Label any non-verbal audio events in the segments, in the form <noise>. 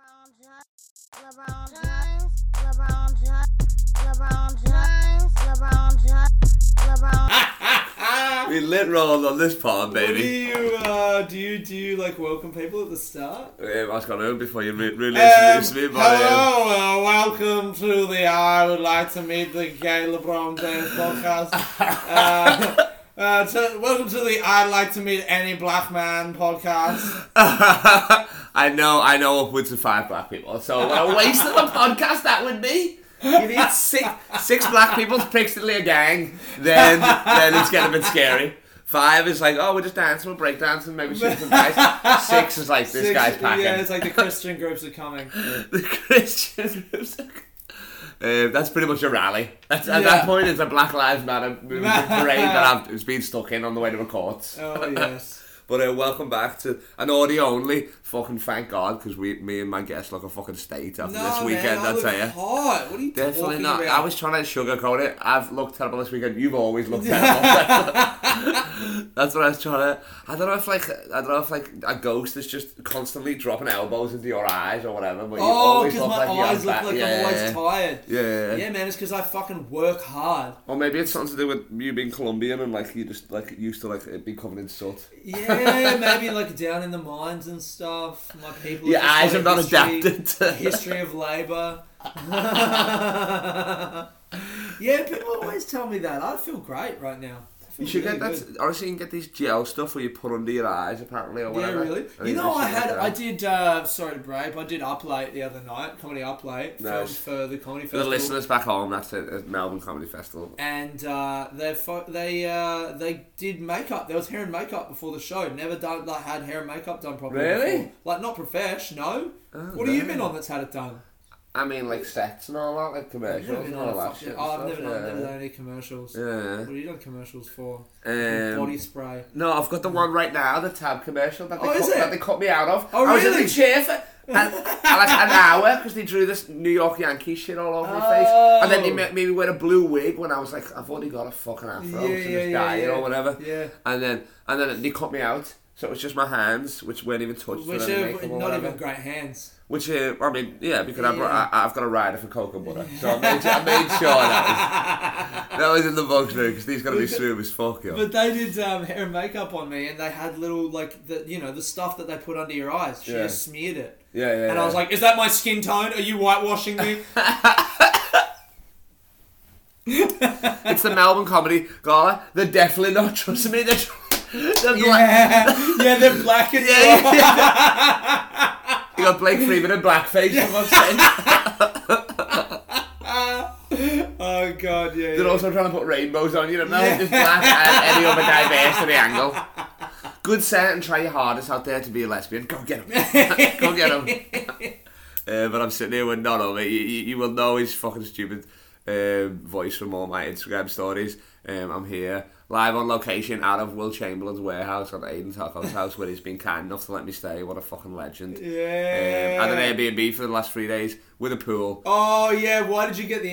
James, LeBron James, LeBron James, LeBron James, LeBron James, LeBron We lit rolled on this part, What do baby. you uh, do? You, do you like welcome people at the start? Um, I was going home before you re- really Um, introduced me, hello, but um, uh, welcome to the I would like to meet the gay LeBron James <laughs> podcast. uh, uh, to, welcome to the I'd like to meet any black man podcast. <laughs> I know, I know upwards of five black people. So what a waste of a podcast that would be. You need six six black people to basically a gang. Then then it's getting a bit scary. Five is like, oh, we're just dancing, we'll break dancing, maybe shoot some <laughs> guys. Six is like, this Six- guy's packing. Yeah, it's like the Christian groups are <laughs> coming. the Christian music. Uh, that's pretty much a rally. That's, At Yeah. that point, it's a Black Lives Matter movement <laughs> parade that I've, it's been stuck in on the way to the courts. <laughs> Oh yes. But uh, welcome back to an audio only. Fucking thank God, because we, me and my guests look a fucking state after No, this weekend. man, I I tell look you. hot. What are you Definitely talking not. about? I was trying to sugarcoat it. I've looked terrible this weekend. You've always looked terrible. <laughs> That's what I was trying to. I don't know if like I don't know if like a ghost is just constantly dropping elbows into your eyes or whatever. But you Oh, always because look my like you're eyes look back- like yeah, I'm always tired. yeah, yeah. Yeah, man, it's because I fucking work hard. Or maybe it's something to do with you being Colombian and like you just like used to like it be covered in soot. Yeah, maybe like down in the mines and stuff. My people. Your just eyes got are a not history- adapted to. <laughs> History of labour. <laughs> yeah, people always tell me that. I feel great right now. I <laughs> feel You should really get that. good. Honestly, you can get these gel stuff where you put under your eyes, apparently, or Yeah, whatever. really. think You know, they I should had, look at I that. did. Uh, sorry to break. I did up late the other night. Comedy up late. Filmed Nice. for the comedy For the festival. listeners back home, that's it. It's Melbourne Comedy Festival. and uh, they fo- they uh, they did makeup. There was hair and makeup before the show. Never done like had hair and makeup done properly. Really? before. Like not profesh, no. Oh, what have you been on that's had it done? I mean, like sets and all that, like I've never commercials been and on all a that fucking- shit. and oh, I've stuff, never done, never done any commercials. yeah. What have you done commercials for? Yeah. Um, Body spray. No, I've got the one right now, the tab commercial that they, Oh, cut, is it? that they cut me out of. Oh, I was in really? the chair <laughs> for a, a- like an hour because they drew this New York Yankee shit all over my face, and then they Oh. made made me wear a blue wig when I was like, I've already got a fucking afro, Yeah, so just yeah, yeah, dye it yeah. or whatever. Yeah. And then and then they cut me out. So it was just my hands, which weren't even touched. Which with any are makeup or not whatever. even great hands. Which uh, I mean, yeah, because I brought, Yeah. I, I've got a rider for cocoa butter, so I made, I made sure that <laughs> was, that was in the box room because these got to be smooth as fuck, yo. But they did um, hair and makeup on me, and they had little like the you know the stuff that they put under your eyes. She Yeah. just smeared it. Yeah, yeah. And I was yeah. like, "Is that my skin tone? Are you <laughs> whitewashing me?" It's the Melbourne Comedy Gala. They're definitely not trusting me. They're, tr- <laughs> they're black. yeah, yeah, they're black and Yeah, yeah, yeah. you got Blake Freeman and blackface. <laughs> for fuck's sake. Oh god, yeah. They're yeah. also trying to put rainbows on you. Don't know, just black and any other diversity angle. Good set and try your hardest out there to be a lesbian. Go get him. Go get him. Uh, but I'm sitting here with none of it. You, you, you will know his fucking stupid um, voice from all my Instagram stories. Um, I'm here live on location out of Will Chamberlain's warehouse at Aiden Taco's house where he's been kind enough to let me stay. What a fucking legend. Yeah. Um, at an Airbnb for the last three days with a pool. Oh yeah, why did you get the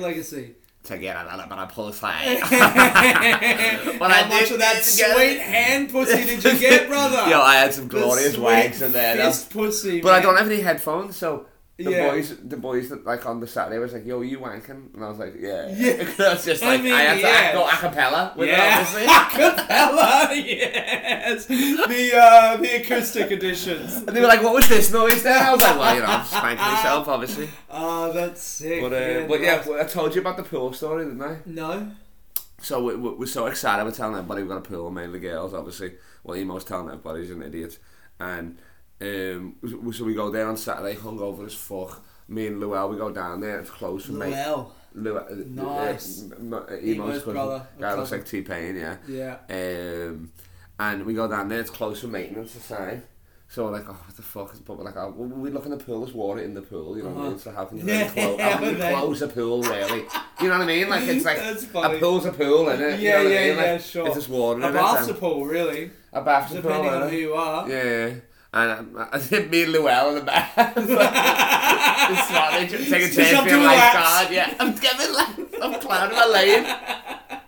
<laughs> legacy? To get a little bit of <laughs> <laughs> poolside. How I much did of that need to get- sweet hand pussy did you <laughs> get, brother? Yo, I had some The glorious sweet wags in there. though. Fist pussy. But I man. don't have any headphones, so the Yeah. boys, the boys that like on the Saturday was like, "Yo, you wanking?" And I was like, "Yeah." <laughs> <laughs> Yeah. That's just I like I, mean, had to yes. go a cappella. With it, Yeah. <laughs> obviously. Hello, yes. The uh, the acoustic editions. <laughs> and they were like, "What was this noise?" There, I was like, "Well, you know, I'm just spanking myself, <laughs> obviously." Oh, that's sick. But uh, man. but yeah, well, I told you about the pool story, didn't I? No. So we, we, we're so excited. We're telling everybody we've got a pool, mainly girls, obviously. Well, Emo's telling everybody he's an idiot. And um, we- so we go there on Saturday, hungover as fuck. Me and Luell, we go down there. It's closed for me. Well. Lou, uh, Nice. Uh, m- uh, Emo's, Emo's cousin. brother, Guy looks cousin. like T Pain, yeah. Yeah. Um, and we go down there. It's closed for maintenance to sign. So we're like, oh, what the fuck? But we're like, oh, well, we look in the pool. There's water in the pool. You know what I mean? So how can you Uh-huh. <laughs> Yeah, close? How can you right. close a pool really? You know what I mean? Like it's like <laughs> That's a funny. pool's a pool, and it. Yeah, you know what yeah, I mean? Like, yeah, sure. It's just water. A in it, bath and- pool, really. A bath pool. Depending on innit? who you are. Yeah. And um, I <laughs> think me and Luell in the bath. <laughs> It's like, they just take a Switch chance up for your to a laps. lifeguard. Yeah, I'm getting <laughs> laps. I'm climbing my lane.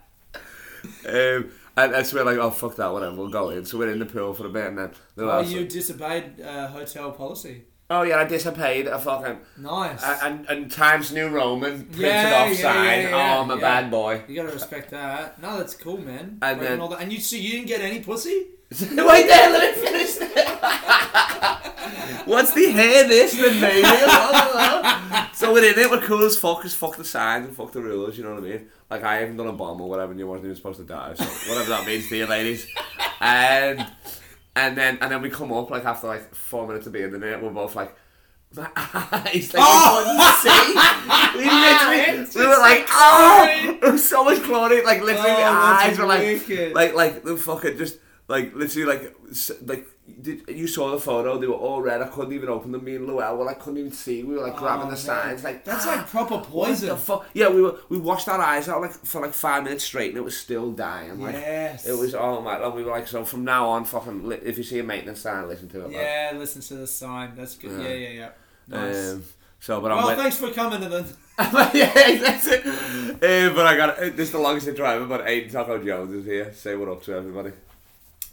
um, and, and so we're like, oh, fuck that, whatever, we'll go in. So we're in the pool for a bit and then Oh, Luell's you like, disobeyed uh, hotel policy. oh yeah, I disappeared. I fucking Nice. and and Times New Roman printed Yeah, off yeah, sign. yeah, yeah, oh, I'm a yeah. bad boy. you gotta respect that. No, that's cool, man. And Breaking then- all that- and you so you didn't get any pussy? <laughs> Wait there, let me finish <laughs> What's the hair this than me? so we're in it, we're cool as fuck, just fuck the signs and fuck the rules, you know what I mean? Like I haven't done a bomb or whatever and you wasn't even supposed to die, so whatever that means to you ladies. And and then and then we come up like after like four minutes of being in it, we're both like my <laughs> eyes, like Oh, <laughs> oh! we couldn't see. We literally, we were like, oh, <laughs> it was so much chlorine. Like literally, Oh, the that's eyes were like, wicked. like, like the fucking just like literally like s- like did, you saw the photo they were all red I couldn't even open them me and Luell were like couldn't even see we were like grabbing the Oh, man. signs like That's "Ah, like <gasps> proper what poison. the fuck yeah we were we washed our eyes out like for like five minutes straight and it was still dying like Yes. it was oh my god we were like so from now on fucking li- if you see a maintenance sign listen to it man. yeah, listen to the sign. That's good. Yeah, yeah, yeah. Nice. Um, so but I'm well, wet- thanks for coming to the. <laughs> yeah, that's it. Uh, but I got uh, this is the longest intro ever. But Aiden Taco Jones is here. Say what up to everybody.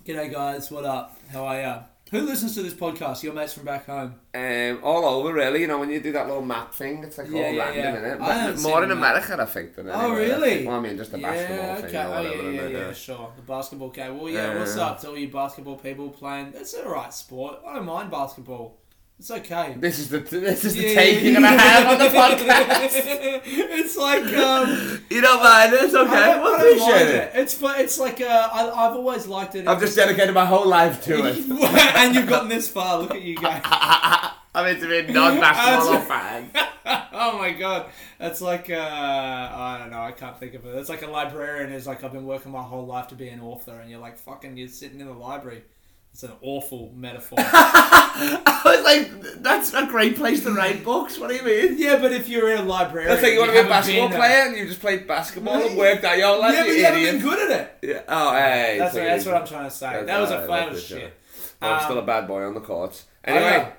G'day, guys. What up? How are ya? Who listens to this podcast? Your mates from back home. Um, all over really. You know when you do that little map thing, it's like Yeah, all yeah, random, yeah. innit? I But haven't More seen in the map. America, I think. Than Oh, anywhere. really? Well, I mean, just the basketball thing or whatever. uh, Oh, yeah, yeah, innit? yeah, sure. The basketball game. Well, yeah, Yeah, what's yeah. up to all you basketball people playing? It's a right sport. I don't mind basketball. It's okay. This is the this is the Yeah, take yeah, you're gonna yeah. Um, have on the <laughs> podcast. <laughs> it's like um, you don't mind? It's I okay. We'll don't- I don't mind appreciate it. it. It's but it's like uh, I, I've always liked it. I've just dedicated my whole life to it. <laughs> and you've <laughs> gotten this far. Look at you go. <laughs> I mean, to be a non-basketball That's- fan. <laughs> oh my god, that's like uh, I don't know. I can't think of it. That's like a librarian who's like, I've been working my whole life to be an author, and you're like, fucking, you're sitting in the library. It's an awful <laughs> metaphor. I was like, that's a great place to write books. What do you mean? yeah, but if you're a librarian, That's like you want to be a haven't basketball been player and you just played basketball No, and worked out your there. life, Yeah, but you you haven't been idiot. good at it. Yeah. Oh, hey. That's, take what, it that's easy. what I'm trying to say. That's that was a alright, that that's was okay. shit. No, I'm still a Um, bad boy on the courts. yeah. Anyway,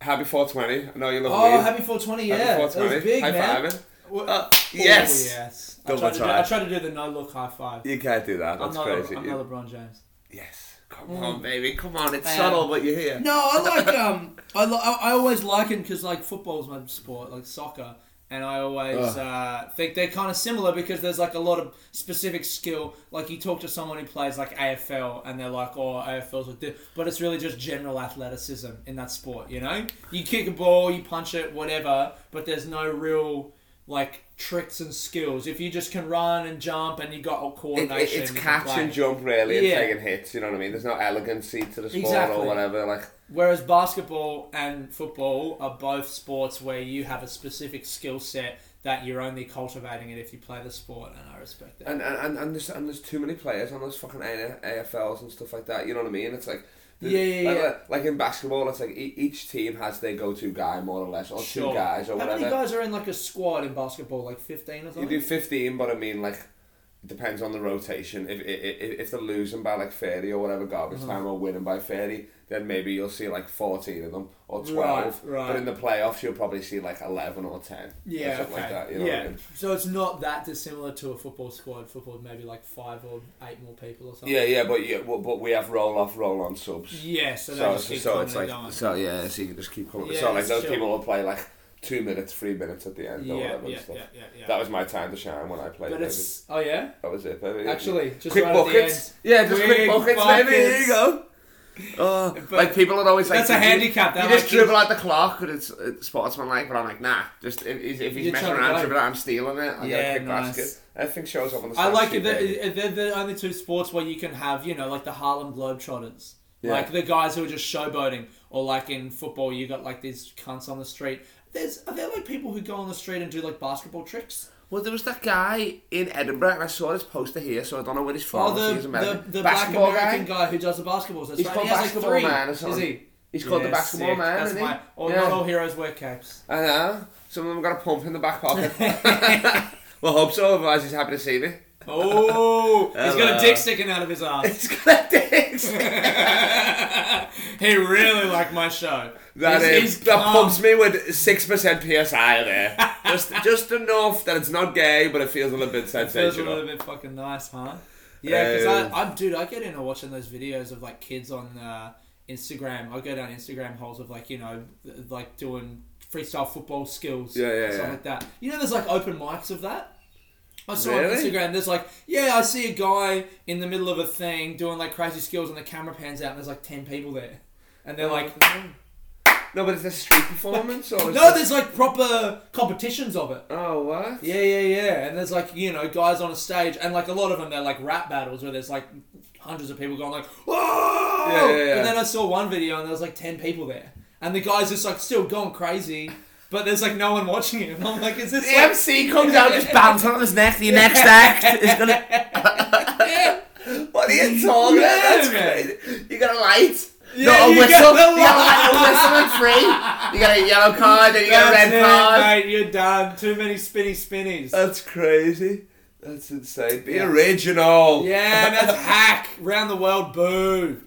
happy 420. I know you love Oh, weed. happy 420! Yeah, Happy that was big, High man. fiving. Well, Uh, oh, yes. yes. I Double tried, to do, try. I tried to do the no look high five. You can't do that. I'm That's not. crazy. Le- I'm You- not LeBron James. yes. Come on, baby. Come on. It's Um, subtle, but you're here. Mm. No, I like um, I li- I I always like him because like football's my sport, like soccer, and I always uh, think they're kind of similar because there's like a lot of specific skill. Like you talk to someone who plays like AFL, and they're like, "Oh, AFL's like this," but it's really just general athleticism in that sport. You know, you kick a ball, you punch it, whatever, but there's no real like tricks and skills. If you just can run and jump and you got all It, coordination, it, it's you can catch play. and jump, really, and Yeah. taking hits. You know what I mean? There's no elegancy to the sport or Exactly. whatever. Like, Whereas basketball and football are both sports where you have a specific skill set that you're only cultivating it if you play the sport, and I respect that. And and, and, and, there's, and there's too many players on those fucking A- AFLs and stuff like that. You know what I mean? It's like. Yeah, yeah, like, yeah. Like, like in basketball, it's like e- each team has their go-to guy more or less, or two guys or How whatever. many guys are in like a squad in basketball? Like fifteen or you something. do fifteen, but I mean like it depends on the rotation. If if, if they're losing by like thirty or whatever garbage Uh-huh. time, or winning by thirty, then maybe you'll see like fourteen of them or twelve. Right, right. But in the playoffs, you'll probably see like eleven or ten. or yeah, something okay. like that. You know yeah. What I mean? So it's not that dissimilar to a football squad. Football maybe like five or eight more people or something. Yeah, yeah, but yeah, but, but we have roll off, roll on subs. Yeah. So, they so, just so, keep so coming it's and like going. so yeah so you can just keep coming Yeah, so like that's those true. people will play like two minutes three minutes at the end yeah, or yeah, whatever yeah, and stuff yeah, yeah, that was my time to shine when I played But baby. it's oh yeah. that was it baby. Actually, just quick right at the buckets end. yeah just quick Quick buckets, baby there you buckets. go Oh, like people are always like That's a you- handicap, that you just like- dribble out the clock and it's, it's sportsman like but I'm like nah just if, if if he's You're messing trying to around play. dribbling I'm stealing it I get Yeah, a quick nice. basket everything shows up on the I stat like sheet, it. that- baby. it- They're the only two sports where you can have, you know, like the Harlem Globetrotters. Yeah. Like the guys who are just showboating, or like in football, you got like these cunts on the street. There's are there like people who go on the street and do like basketball tricks? Well, there was that guy in Edinburgh, and I saw his poster here, so I don't know where he's Oh, from. I think the he's the, American. the black Basketball American guy? who does the basketballs. That's He's right. called he has Basketball like three. Man or Is he? something. He's called the Yeah, basketball sick. man, That's isn't my- he? Or Yeah. not all heroes wear capes. I know. Some of them got a pump in the back <laughs> pocket. <laughs> well, hope so, otherwise he's happy to see me. Oh, he's got Hello. a dick sticking out of his ass. <laughs> It's got a dick. he really liked my show. That, He's- is, he's that calm. pumps me with 6% PSI there. <laughs> just just enough that it's not gay, but it feels a little bit Feels a sensational. little bit fucking nice, huh? Yeah, because Um, I, I'm, dude, I get into watching those videos of like kids on uh, Instagram. I go down Instagram holes of like you know th- like doing freestyle football skills, Yeah, yeah, stuff yeah. like that. You know, there's like open mics of that. I saw on Really? Instagram. There's like, yeah, I see a guy in the middle of a thing doing like crazy skills, and the camera pans out, and there's like ten people there, and Oh. they're like, No, but it's a street performance or is no, this- there's like proper competitions of it. Oh what? Yeah, yeah, yeah. And there's like, you know, guys on a stage, and like a lot of them, they're like rap battles where there's like hundreds of people going like, whoa! Yeah, yeah, yeah. And then I saw one video and there was like 10 people there. And the guy's just like still going crazy, but there's like no one watching him. I'm like, is this The like, MC comes out just bouncing on his neck. The next act is gonna. what are you talking Yeah, about? That's man. crazy. You got a light. Yeah, no, a you whistle. got the you got a light, a whistle and free. You got a yellow card, then you got a That's red it, card. mate, you're done. Too many spinny spinnies. That's crazy. That's insane. Be Yeah. original. yeah, that's hack. Round the world, boo.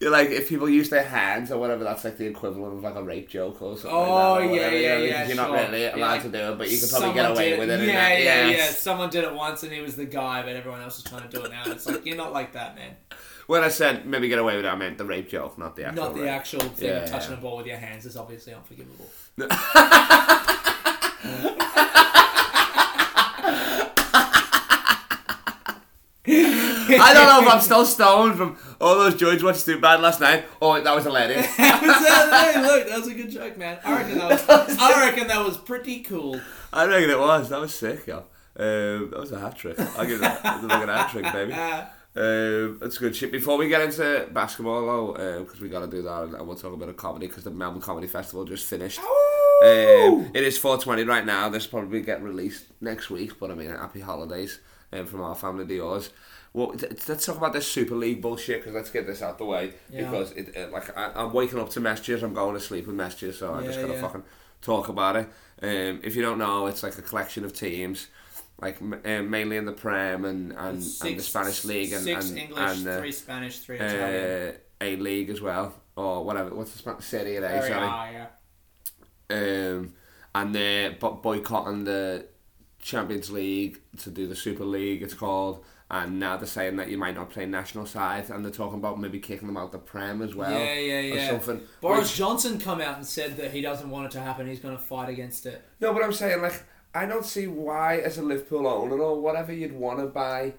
You're like if people use their hands or whatever, that's like the equivalent of like a rape joke or something. Oh, like that, or yeah, whatever, you know, yeah, because yeah, You're sure. not really Yeah, allowed like to do it, but you could probably get Someone away did with it. in Yeah, that. yeah, yes. yeah. Someone did it once and he was the guy, but everyone else is trying to do it now. It's like, you're not like that, man. When I said maybe get away with it, I meant the rape joke, not the actual. Not the rape. actual thing Yeah. of touching a ball with your hands is obviously unforgivable. <laughs> I don't know if I'm still stoned from all those George watched too bad last night. Oh, that was hilarious. <laughs> <laughs> hey, look, that was a good joke, man. I reckon that was, I reckon that was pretty cool. I reckon it was. That was sick, yo. Um, that was a hat trick. I'll give that I'll give that a hat trick, <laughs> baby. Um, that's good shit. Before we get into basketball, though, because we got to do that, and, and we'll talk about a comedy because the Melbourne Comedy Festival just finished. Um, it is 4.20 right now. This will probably get released next week, but I mean, happy holidays um, from our family to yours. Well, th- let's talk about this Super League bullshit because let's get this out the way Yeah. because it, uh, like I, I'm waking up to messages, I'm going to sleep with messages, so I Yeah, just gotta yeah. fucking talk about it. Um, if you don't know, it's like a collection of teams, like m- um, mainly in the Prem and and, and the Spanish league and six and, English, and the three Spanish, three Italian. uh, A league as well or whatever. What's the Spanish Serie A? Very sorry high, yeah. um, and they're bo- boycotting the Champions League to do the Super League. It's called, and now they're saying that you might not play national sides, and they're talking about maybe kicking them out the Prem as well, yeah, yeah, yeah. or something. Boris Which- Johnson come out and said that he doesn't want it to happen. He's going to fight against it. no, but I'm saying like I don't see why as a Liverpool owner or whatever you'd want to buy.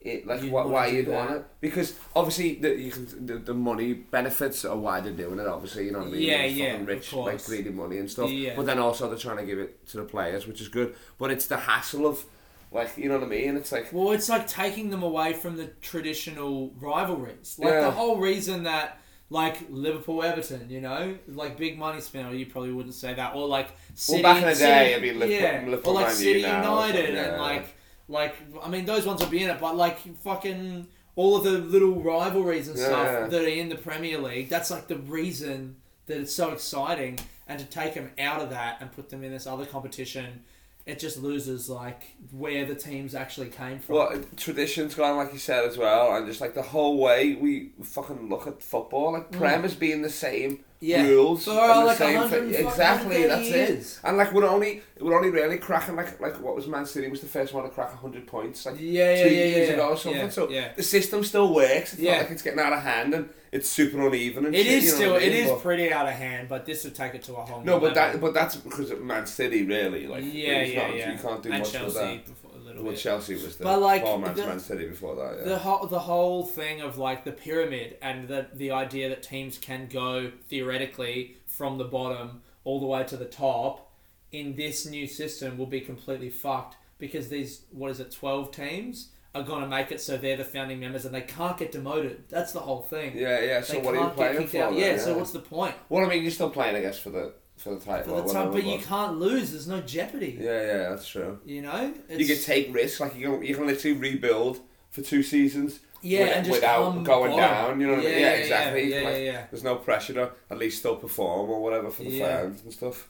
It, like You'd wh- why wanna do you'd want that. it because obviously the, you can, the the money benefits are why they're doing it obviously you know what I mean Yeah, They're yeah, fucking of rich like course. greedy money and stuff Yeah. but then also they're trying to give it to the players which is good but it's the hassle of like you know what I mean it's like Well, it's like taking them away from the traditional rivalries. Like Yeah. the whole reason that like Liverpool Everton, you know, like big money spend. You probably wouldn't say that, or like City, back in the City- day, it'd be Liverpool- Liverpool or like Man U City now or United something, and yeah. like like I mean those ones would be in it, but like fucking all of the little rivalries and Yeah. stuff that are in the Premier League. That's like the reason that it's so exciting, and to take them out of that and put them in this other competition. It just loses like where the teams actually came from. Well, tradition's gone, like you said as well, and just like the whole way we fucking look at football, like Prem has been the same Mm. Yeah. rules For, and the like, same 100 thing. fucking Exactly, 130 that's years. it. And like we're only we're only really cracking like like what was Man City was the first one to crack hundred points like Yeah, yeah, two yeah, years yeah, ago or something. yeah, so yeah. the system still works. It's Yeah. not like it's getting out of hand and it's super uneven. And It shit, is you know still, what I it mean? is But- pretty out of hand, but this would take it to a whole. no, new but that level. but that's because of Man City really like yeah, it's yeah, not, yeah. you can't do and much Chelsea with that. before- a little Well, bit. Chelsea was the But, like, poor man's the- Man City before that. Yeah. The whole the whole thing of like the pyramid and the the idea that teams can go theoretically from the bottom all the way to the top in this new system will be completely fucked because these what is it twelve teams are gonna make it so they're the founding members and they can't get demoted. That's the whole thing. Yeah, yeah. So They what are you can't get playing kicked for? out. then, Yeah, so what's the point? Well, I mean, you're still playing, I guess, for the for the For title. or the time, whatever, but you can't lose. There's no jeopardy. Yeah, yeah, that's true. You know, You can take risks, like you can, you can literally rebuild for two seasons. Yeah, with- and just without come going bottom. down. You know what I Yeah, mean? Yeah, yeah, yeah, exactly. You yeah, can, like, yeah, yeah. There's no pressure to at least still perform or whatever for the Yeah. fans and stuff.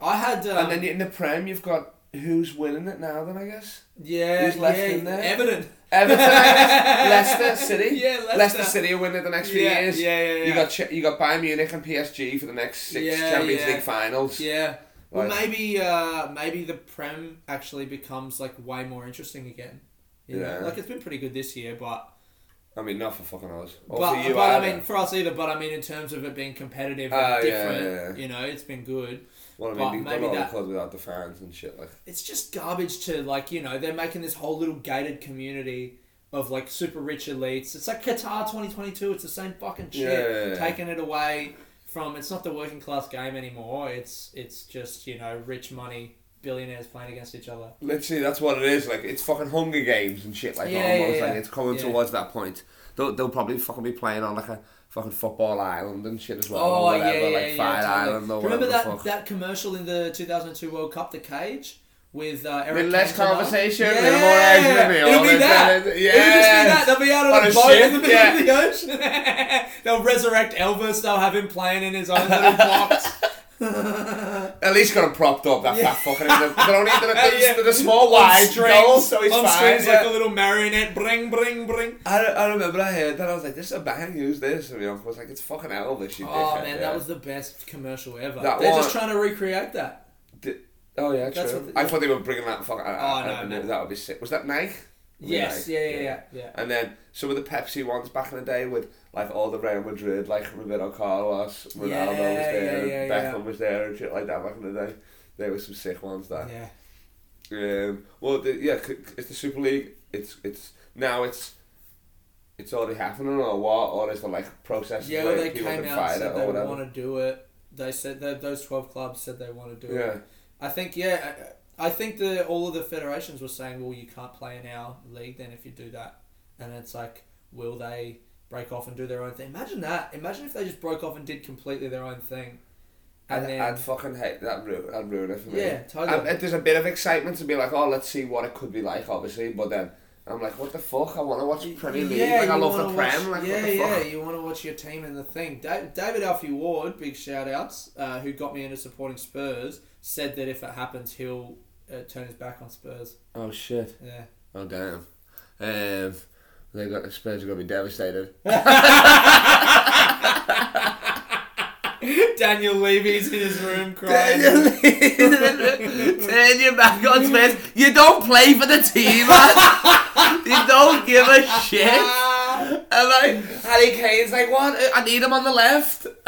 I had. Um, and then in the Prem, you've got who's winning it now? Then I guess. yeah, who's left yeah, in there? Everton. Everton, <laughs> I guess. Leicester City. Yeah, Leicester. City will win it the next few Yeah, years. yeah, yeah, yeah. You got Ch- you got Bayern Munich and PSG for the next six Yeah, Champions yeah. League finals. Yeah. Well, Like- maybe uh, maybe the prem actually becomes like way more interesting again. You know? Yeah. Like it's been pretty good this year, but I mean, not for fucking us. Or But, for you but I either. mean, for us either. But I mean, in terms of it being competitive and Ah, yeah, different, yeah, yeah. you know, it's been good. well, I but mean, they've maybe done all that- the clubs without the fans and shit like. It's just garbage to like, you know, they're making this whole little gated community of like super rich elites. It's like Qatar twenty twenty two. It's the same fucking shit. Yeah, yeah, yeah. Taking it away from it's not the working class game anymore. It's it's just you know rich money billionaires playing against each other. Literally, that's what it is. Like it's fucking Hunger Games and shit. Like Yeah, almost yeah, like yeah. it's coming Yeah. towards that point. They'll, they'll probably fucking be playing on like a fucking football island and shit as well. Oh or whatever, yeah, yeah, like yeah, Fire totally. Island or whatever Remember that the fuck. that commercial in the 2002 World Cup, The Cage, with uh, Eric. With less Cantona? conversation, yeah. with more eyes with me, It'll all be this that. and it- It'll just be Yes. that. They'll be out on, On a a boat ship, in the middle of the ocean. <laughs> They'll resurrect Elvis. They'll have him playing in his own <laughs> little box. <laughs> Uh, At least got him propped up. That Yeah. Oh, fat fucking. They don't need the, <laughs> the, Yeah. the, small On wide goal, strings, so he's on fine. strings yeah. like a little marionette. Bring, bring, bring. I, I remember I heard that I was like, "This is a bang. Who's this?" And my uncle was like, "It's fucking Elvis." You Oh dickhead, man, yeah. that was the best commercial ever. That They're just one- trying to recreate that. Di- oh yeah, true. That's what the- I thought they were bringing that fucking. I, Oh, I, no, I- no. that would be sick. Was that Nike? Was it Yes, Nike? yeah, yeah, yeah, yeah. And then some of the Pepsi ones back in the day with like all the Real Madrid, like Roberto Carlos, Ronaldo Yeah, was there, yeah, and yeah, Beckham yeah. was there, and shit like that back in the day. There were some sick ones there. Yeah. Um, well, the, yeah, c- c- it's the Super League. It's it's now it's it's already happening or what? Or is the like process? Yeah, where well, they people came can out fight and it said or they whatever? want to do it. They said that those twelve clubs said they want to do yeah, it. I think yeah. I I think the all of the federations were saying, well, you can't play in our league then if you do that, and it's like, will they break off and do their own thing? Imagine that. Imagine if they just broke off and did completely their own thing, and I'd, then I'd fucking hate that. Ru- I'd ruin it for me. yeah, totally. I, there's a bit of excitement to be like, oh, let's see what it could be like, obviously. But then I'm like, what the fuck? I want to watch Premier League. like, I you love the wanna Prem. watch- Like, yeah, what the yeah, fuck? you want to watch your team in the thing. Da- David Alfie Ward, big shout outs, uh, who got me into supporting Spurs, said that if it happens, he'll uh, turn his back on Spurs. Oh, shit. Yeah. <laughs> Oh, damn. Um, they got the Spurs are going to be devastated. Daniel Levy's in his <laughs> room Turn crying. your, turn your back on Spurs. You don't play for the team, man. you don't give a shit. Ah! And like Harry Kane's like, what? I need him on the left. <laughs>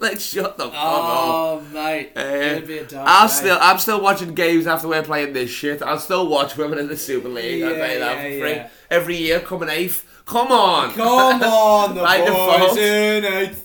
like, shut the fuck up. Oh, mate. It'd be a dark Eh. I'll day. still, I'm still watching games after we're playing this shit. I'll still watch women in the Super League. I Yeah, tell you that yeah, for free. yeah. Every year, coming eighth. Come on. <laughs> Come on, the By boys default. in eighth.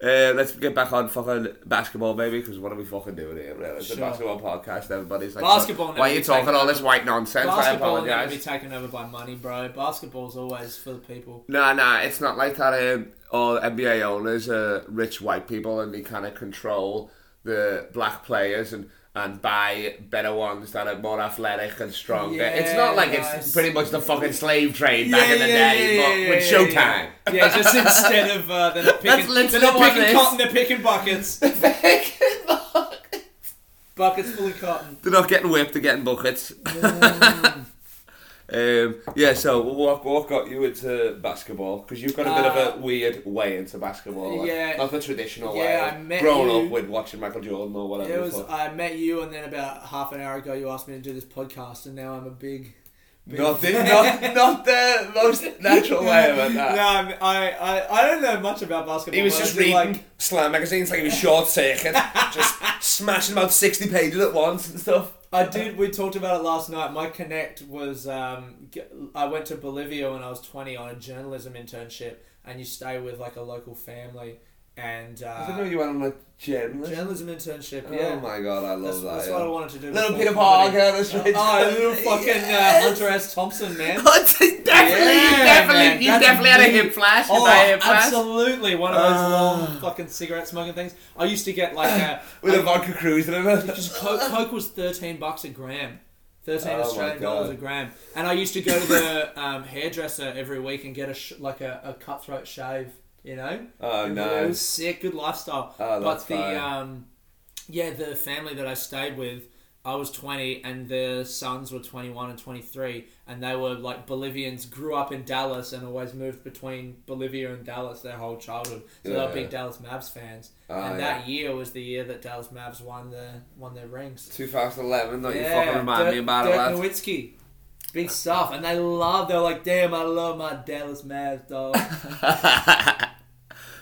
Uh, let's get back on fucking basketball, baby, because what are we fucking doing here? Really? It's a Sure. basketball podcast. Everybody's like, Basketball "Why- never Why are you gets talking taken all this white nonsense? I Basketball never be apologize. taken over by money, bro. Basketball's always for the people. Nah, nah, it's not like that. Um, all NBA owners are rich white people, and they kind of control the black players and. And buy better ones that are more athletic and stronger. it's not like Yes. it's pretty much the fucking slave trade back in the day, but with Showtime. Yeah, <laughs> Yeah, just instead of uh, they're not That's picking, they're literally not what it picking is. cotton, they're picking <laughs> buckets. buckets full of cotton. They're not getting whipped, they're getting buckets. <laughs> um, yeah, so what, what got you into basketball? Because you've got a bit of a weird way into basketball. like, Uh, yeah. Not the traditional Yeah, way. I met grown you- up with watching Michael Jordan or whatever. It the was fuck. I met you, and then about half an hour ago, you asked me to do this podcast, and now I'm a big. big not, the, not, not the most natural way about <laughs> no, that. I'm- I, I I don't know much about basketball. Uh, He was but I just do reading Like, slam magazines like he was short <laughs> circuit, just smashing about sixty pages at once and stuff. I did. We talked about it last night. My connect was um, g- I went to Bolivia when I was twenty on a journalism internship, and you stay with like a local family, and uh, I didn't know you went on a journalist. journalism internship. Yeah, Oh my god, I love that's, that. that's yeah. what I wanted to do. Little before Peter comedy. Parker, that's right. <laughs> Oh, <laughs> little fucking Yes. uh, Hunter S. Thompson, man. <laughs> definitely, Yeah, man, definitely, you that's definitely had a me. hip flash. Oh, if I hip flash. absolutely! One of those Ah. long fucking cigarette smoking things. I used to get like <laughs> a With a vodka cruiser in it. Because Coke, Coke was 13 bucks a gram. 13 Oh my Australian dollars God. a gram. And I used to go to the <laughs> um, hairdresser every week and get a sh- like a, a cutthroat shave, you know? Oh, It no. was sick, good lifestyle. Oh, that's but the fire. um yeah, the family that I stayed with, I was 20 and their sons were 21 and 23 and they were like Bolivians, grew up in Dallas and always moved between Bolivia and Dallas their whole childhood. So they Yeah. were big Dallas Mavs fans. Ah, and yeah. that year was the year that Dallas Mavs won their won their rings. 2011, don't Oh, you fucking remind Dirk- me about it, Dirk lad. Nowitzki. Big stuff, and they love. They're like, "Damn, I love my Dallas Mavs, dog." <laughs>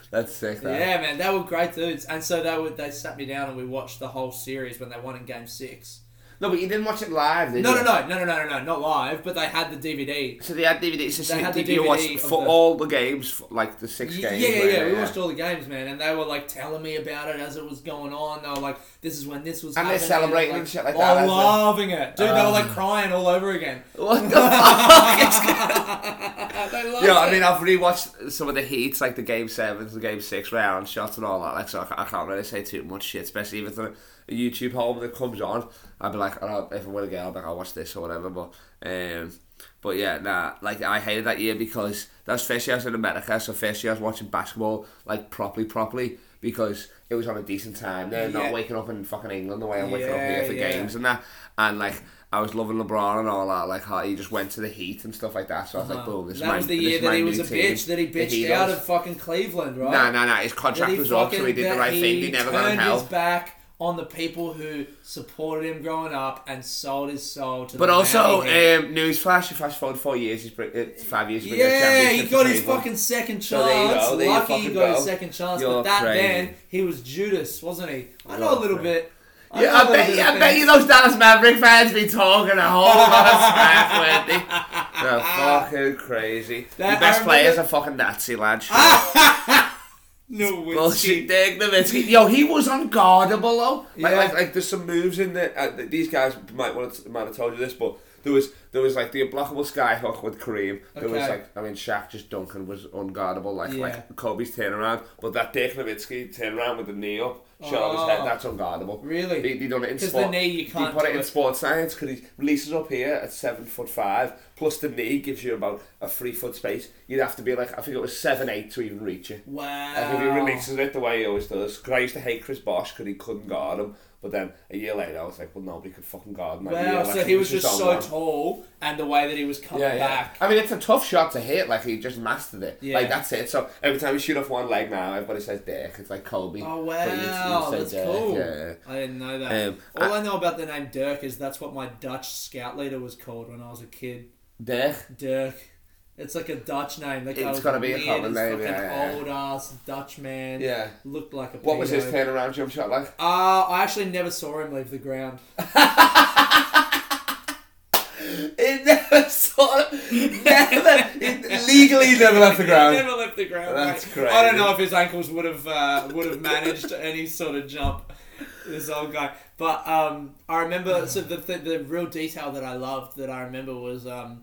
That's sick. That. yeah, man, they were great dudes. And so they would. They sat me down and we watched the whole series when they won in Game Six. No, but you didn't watch it live, did No, you? no, no, no, no, no, no, no, not live, but they had the DVD. So they had DVDs. So They had did the you watch DVD of for the- all the games, for, like the six Yeah, games? yeah, were yeah. there, We watched all the games, man, and they were like telling me about it as it was going on. They were like, "This is when this was," And they're happening," celebrating like, and shit like oh, that, Um, as well. loving it, dude. they were like crying all <laughs> over again. What the <laughs> fuck? It's They loved Yeah, I mean, it. I've rewatched some of the heats, like the game sevens, the game six round shots, and all that. Like, so I, ca- I can't really say too much shit, especially if it's a, a YouTube home that comes on. I'd be like, oh, if I win again, I'll be like, I'll watch this or whatever. But, um, but yeah, nah, like I hated that year because that was first year I was in America, so first year I was watching basketball like properly, properly because it was on a decent time. They're Yeah. not waking up in fucking England the way I'm waking Yeah, up here for yeah. games and that. And like. I was loving LeBron and all that, like how he just went to the heat and stuff like that. So I was like, Uh-huh. boom, this that man- was the this year man that he new was a team, bitch that he the bitched Heatles. out of fucking Cleveland, right? No, no, no. His That contract he was up, so he fucking- did the that right thing. He never got in turned his hell. back on the people who supported him growing up and sold his soul to. But the man also, he hated. um, newsflash: you fast forward four years, he's bring, uh, five years. he's bringing a yeah, championship he to got his Cleveland. fucking second chance. So there you go, there you Lucky he fucking got his go. second chance, You're but that crazy. then he was Judas, wasn't he? I know You're a little crazy. bit. know Yeah, a I little bet, bit you, of I bet things. you those Dallas Maverick fans be talking a whole lot <laughs> of smack, weren't they? They're fucking crazy. That- the best I remember- player's a fucking Nazi lad. <laughs> sure. No way. Bullshit, Dick Nowitzki. Yo, he was unguardable though. Like, Yeah. like, like there's some moves in there. Uh, th- these guys might want to, might have told you this, but there was there was like the unblockable skyhook with Kareem. There was Okay. like I mean Shaq just dunking was unguardable. Like Yeah. like Kobe's turnaround, but that Dick Nowitzki turnaround with the knee up, shot on his Oh. head. That's unguardable. Really? He, he done it in 'Cause sport. the knee you He can't put it do in it. sports science because he releases up here at seven foot five. Plus the knee gives you about a three foot space. You'd have to be like I think it was seven eight to even reach it. Wow. I think he releases it the way he always does. 'Cause I used to hate Chris Bosh because he couldn't guard him. But then a year later, I was like, well, nobody could fucking guard him. Like, a year Wow, so later, he was just on so one. tall, and the way that he was coming Yeah, yeah. back. I mean, it's a tough shot to hit. Like, he just mastered it. Yeah. Like, that's it. So every time you shoot off one leg now, everybody says Dirk. It's like Kobe. Oh but you- you wow, say that's Dirk, cool. Yeah. I didn't know that. Um, All I, know about the name Dirk is that's what my Dutch scout leader was called when I was a kid. Dirk. Dirk. It's like a Dutch name. That guy It's was gotta be a weird, common this name, fucking yeah, yeah. Old ass Dutch man. Yeah. Looked like a. What was his pedo. turnaround jump shot like? Uh, I actually never saw him leave the ground. It never sort of, never, it legally never left the <laughs> He ground. never left the ground. That's mate. I don't crazy. know if his ankles would have uh, would have managed any sort of jump. This old guy, but um, I remember. So the, the the real detail that I loved that I remember was um,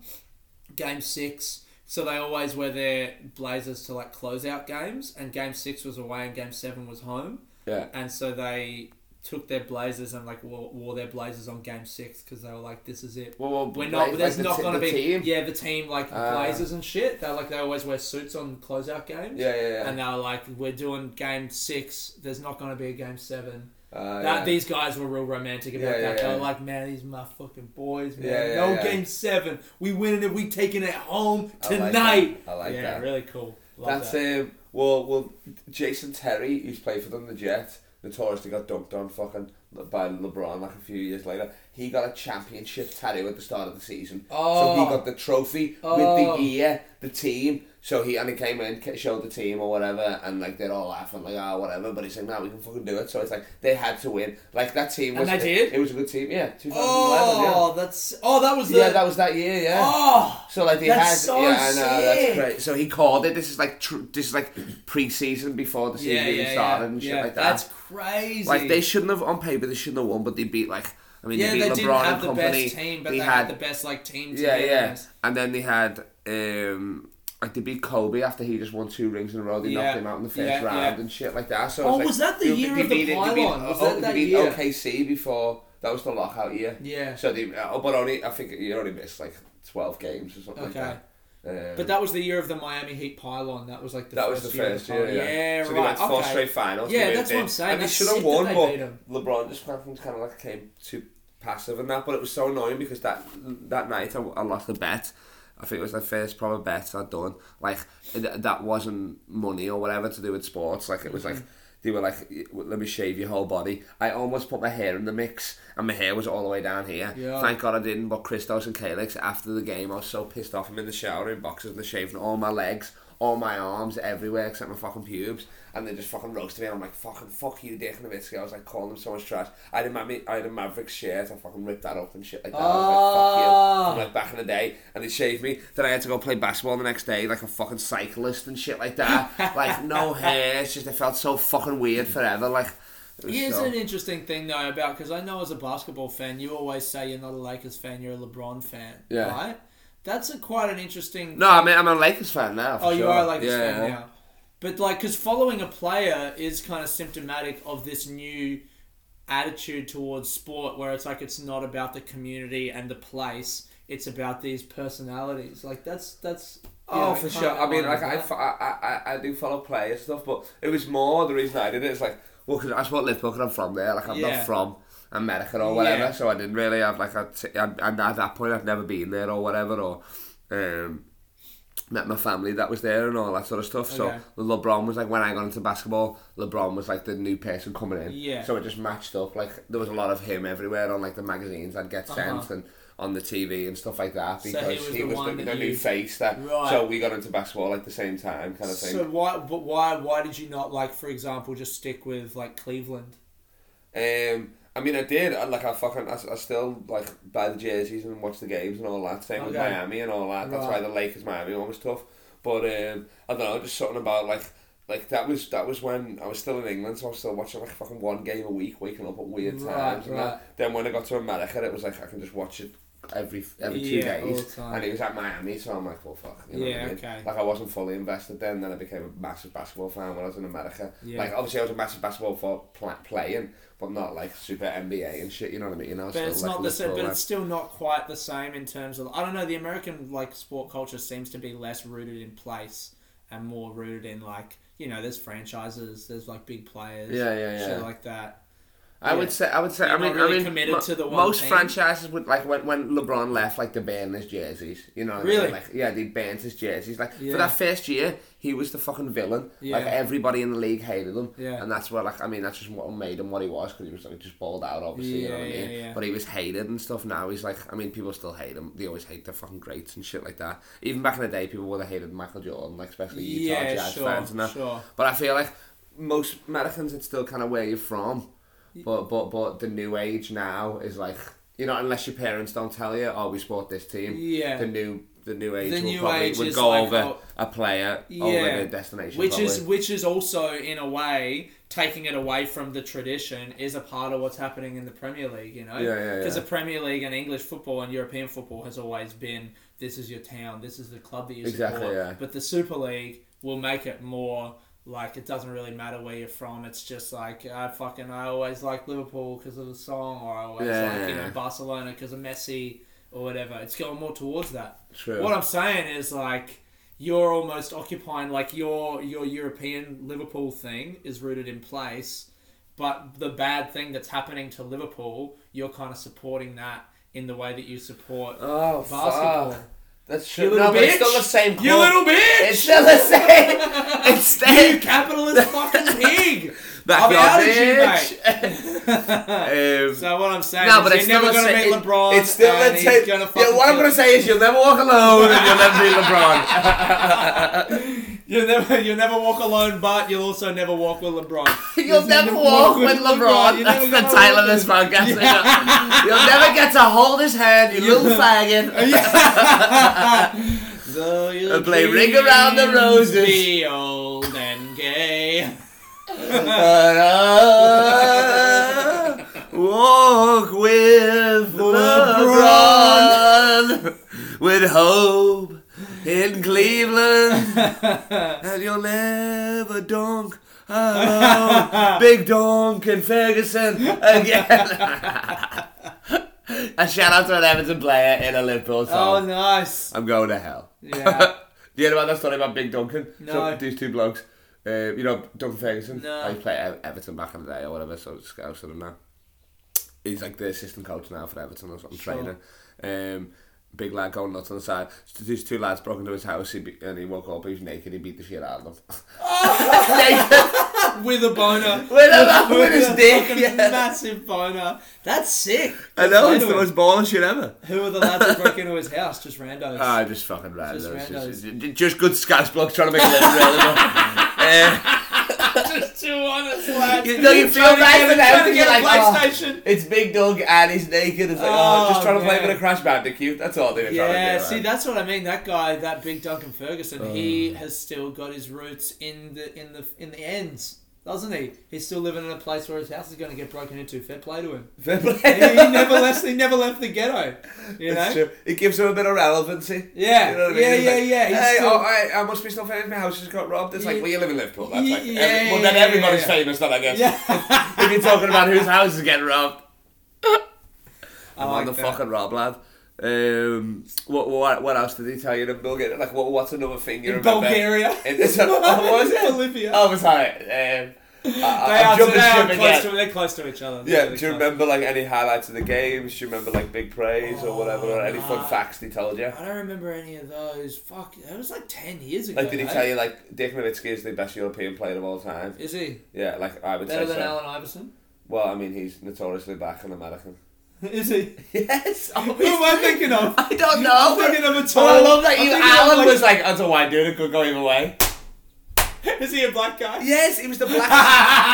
game six. So they always wear their blazers to like close out games, and game six was away, and game seven was home. Yeah. And so they took their blazers and like wore, wore their blazers on game six because they were like, "This is it. Well, well, We're like- not. like there's the not t- going to the be team? yeah the team like Ah. blazers and shit. They like they always wear suits on closeout games. Yeah, yeah, yeah. And they were like, "We're doing game six. There's not going to be a game seven. Uh, that, yeah. These guys were real romantic about Yeah, that. yeah, they yeah. were like, "Man, these my fucking boys, man. Yeah, yeah, no yeah. game seven. We winning it. We taking it home I like that. tonight. I like yeah, that. really cool. Love That's that. um, well, well, Jason Terry, who's played for them, the Jets, notoriously got dunked on fucking by LeBron like a few years later. He got a championship tattoo at the start of the season, so Oh. he got the trophy Oh. with the year, the team. So he and he came in, ca- showed the team or whatever, and like they're all laughing like ah whatever. But he's like, nah, we can fucking do it. So it's like they had to win. Like that team was And they it, did? It was a good team, yeah. 2011, Oh, that's oh that was yeah. the Yeah, that was that year, yeah. oh So like they That's had, so yeah, I know sick. that's great. So he called it. This is like tr- this is like pre-season before the season yeah even yeah, started yeah, and shit yeah. like that. That's crazy. like they shouldn't have on paper they shouldn't have won, but they beat like I mean yeah, they beat LeBron they didn't have and the company. best team, but they they had, the best like team. yeah, yeah, togetherness. and then they had um like they beat Kobe after he just won two rings in a row. They Yeah. knocked him out in the first Yeah, yeah. round and shit like that. So it Oh, like, was that the they- year they of the beat it- they beat- pylon? Was oh, that they that beat year? OKC before that was the lockout year. Yeah. So they, oh, but only I think you only missed like twelve games or something Okay. like that. Um, But that was the year of the Miami Heat pylon. That was like the That was first the year first of the year, pylon. yeah. Yeah, so right. they went four okay. straight finals. Yeah, to win that's it. what I'm saying. And they That's should have sick won, that they beat 'em. but LeBron just kind of like came too passive and that. But it was so annoying because that that night I, I lost a bet. I think it was the first proper Mm-hmm. bet I'd done. Like th- that wasn't money or whatever to do with sports. Like it was like They were like, "Let me shave your whole body." I almost put my hair in the mix, and my hair was all the way down here. Yeah. Thank God I didn't. But Christos and Calix, after the game, I was so pissed off. I'm in the shower in boxes, and they're shaving all my legs, all my arms, everywhere except my fucking pubes, and they just fucking roasted me. I'm like, "Fucking fuck you, Dick and Nowitzki." I was like calling them so much trash. I had a Maverick, I had a Mavericks shirt. I fucking ripped that up and shit like that. I was like, Ah. "Fuck you." I'm like, back in the day and they shaved me. Then I had to go play basketball the next day like a fucking cyclist and shit like <laughs> that. like no hair. It's just I felt so fucking weird forever. Like it was Here's so- an interesting thing though about because I know as a basketball fan, you always say you're not a Lakers fan, you're a LeBron fan, Yeah. right? That's a, quite an interesting. no, I mean I'm a Lakers fan now. for oh, you sure. are a Lakers Yeah, fan yeah. now, but like because following a player is kind of symptomatic of this new attitude towards sport, where it's like it's not about the community and the place; it's about these personalities. Like that's that's. you Oh, know, for kinda sure. I mean, like I, that. fo- I, I, I do follow players and stuff, but it was more the reason I did it. It's like, well, 'cause that's what Liverpool, 'cause I'm from there. Like, I'm Yeah. not from America or whatever, Yeah. so I didn't really have like, I'd, say- I'd, and at that point, I'd never been there or whatever, or um, met my family that was there and all that sort of stuff. Okay. So LeBron was like, when I got into basketball, LeBron was like the new person coming in. Yeah. So it just matched up. Like, there was a lot of him everywhere on like the magazines I'd get sent Uh-huh. and on the TV and stuff like that So he because was he the was, one the, that the new you- face that Right. so we got into basketball at the same time kind of thing So why, but why, why did you not like, for example, just stick with like Cleveland? um I mean I did I, like I fucking I, I still like buy the jerseys and watch the games and all that same with Okay. Miami and all that that's Right. why the Lakers Miami one was tough but um I don't know just something about like like that was that was when I was still in England so I was still watching like fucking one game a week waking up at weird Right, times and right. that. then when I got to America it was like I can just watch it every every two Yeah, all the days time. and it was at Miami so I'm like well fuck you know Yeah, what I mean? okay. like I wasn't fully invested then. Then I became a massive basketball fan when I was in America. Yeah. Like obviously I was a massive basketball for pl- playing, but not like super NBA and shit. You know what I mean? I was But still, it's like, not the same. Liverpool But lad. it's still not quite the same in terms of. I don't know. The American like sport culture seems to be less rooted in place and more rooted in like you know, there's franchises, there's like big players, Yeah, yeah, yeah. shit like that. I yeah. would say I would say I You're mean not really I mean committed mo- to the one most team. franchises would like when when LeBron left like they banned his jerseys. You know what I mean? Really? Like yeah, they banned his jerseys. Like Yeah. for that first year he was the fucking villain. Yeah. Like everybody in the league hated him. Yeah. And that's what like I mean that's just what made him what he was because he was like just balled out obviously. you know what Yeah, I mean? yeah, yeah. But he was hated and stuff. Now he's like I mean people still hate him. They always hate the fucking greats and shit like that. Even back in the day people would have hated Michael Jordan like especially Utah Yeah, Jazz sure, fans and that. sure. But I feel like most Americans, it's still kind of where you're from. But but but the new age now is like you know unless your parents don't tell you, oh we support this team. Yeah. The new the new age The will new probably age would is go like, over oh, a player over their destination. which probably. is which is also in a way taking it away from the tradition is a part of what's happening in the Premier League. You know, Yeah, yeah, yeah. the Premier League and English football and European football has always been this is your town, this is the club that you Exactly, support. yeah. But the Super League will make it more. Like it doesn't really matter where you're from. It's just like I fucking I always like Liverpool because of the song, or I always Yeah, like yeah, you know yeah. Barcelona because of Messi or whatever. It's going more towards that. True. What I'm saying is like you're almost occupying like your your European Liverpool thing is rooted in place, but the bad thing that's happening to Liverpool, you're kind of supporting that in the way that you support oh basketball. fuck. That's You true. little No, bitch. but it's still the same. You club. little bitch. It's still the <laughs> same. It's you still <laughs> capitalist fucking pig. Back I'm your out of you, bitch. mate. <laughs> Um, <laughs> So what I'm saying No, is but you're it's never still gonna the meet same- LeBron. It's still the and he's same. Gonna yeah, fucking what I'm kill gonna us. say is you'll never walk alone, and you'll never meet <laughs> LeBron. <laughs> You'll never, you'll never walk alone, but you'll also never walk with LeBron. You'll never walk with LeBron. You're That's never the gonna title walk of this with- podcast. <laughs> You'll never get to hold his hand, you little <laughs> faggot. So you'll And play Ring dreams Around the Roses. Be old and <laughs> gay. But I <laughs> <laughs> walk with LeBron. With hope in Cleveland. Oh, And you'll never donk. <laughs> alone. Oh, big donk in Ferguson again. <laughs> a shout out to an Everton player in a Liverpool song. Oh, nice. I'm going to hell. <laughs> Yeah. Do you know about that story about Big Duncan? No. So these two blokes, uh, you know Duncan Ferguson. No. I play Ev- E- Everton back in the day or whatever. So it's scouts sort of now. He's like the assistant coach now for Everton or something. Sure. Trainer. Um, big lad going nuts on the side. So these two lads <laughs> broke into his house he be- and he woke up. He was naked. He beat the shit out of them. naked. with a boner. <laughs> With a- with his dick, Oh! fucking yeah. Massive boner. That's sick. I know, Good it's play the to him. most baller shit ever. Who were the lads that broke into his house? Just <laughs> randos. Ah, just fucking randos. Just Just, randos. just- just, good scotch blocks trying to make a living really <laughs> uh, just two honest lads. You know, you feel Trying to bad get- for them, trying to you're get a like, "Oh." PlayStation. It's Big Doug and he's naked. It's like, oh, Oh, just trying to play man. with a Crash Bandicoot. That's all they were trying Yeah, to do. see, man. that's what I mean. That guy, that big Duncan Ferguson, he Um. has still got his roots in the in the in the ends, doesn't he? He's still living in a place where his house is going to get broken into. Fair play to <laughs> him. <laughs> <laughs> Fair play. he never left. He never left the ghetto. You That's know. true. It gives him a bit of relevancy. Yeah, You know what I yeah, mean? It's yeah, like, yeah, he's Hey, still- oh, I, I must be still famous. My house just got robbed. It's like, Yeah. well, you live in Liverpool. That's like, Yeah, every- well, yeah, then yeah, everybody's yeah. famous, then I guess. <laughs> Yeah. if you're talking about whose house is getting robbed, I'm like on the that. fucking rob lad. Um, what, what what else did he tell you in Bulgaria? Like, what, what's another thing you In remember? Bulgaria. In, <laughs> it's a, oh, <laughs> what was it? Bolivia. Oh, was that it? Um, I, They I, are, I'm so jumping they are ship close to, again. they're close to each other. They're Yeah, really do you close. remember like any highlights of the games? Do you remember like big praise or whatever, or any fun nah. facts they told you? I don't remember any of those. Fuck, that was like ten years ago. Like, did he eh? tell you like Dick Nowitzki is the best European player of all time? Is he Yeah, like I would better say than so. Alan Iverson? Well, I mean, he's notoriously black and American. Is he? <laughs> Yes, <laughs> Who am I thinking of? I don't know. I'm thinking of a But tall. I love that I'm you, thinking of, Alan like- was like, that's a white dude, it could go either way. Is he a black guy? Yes, he was the black.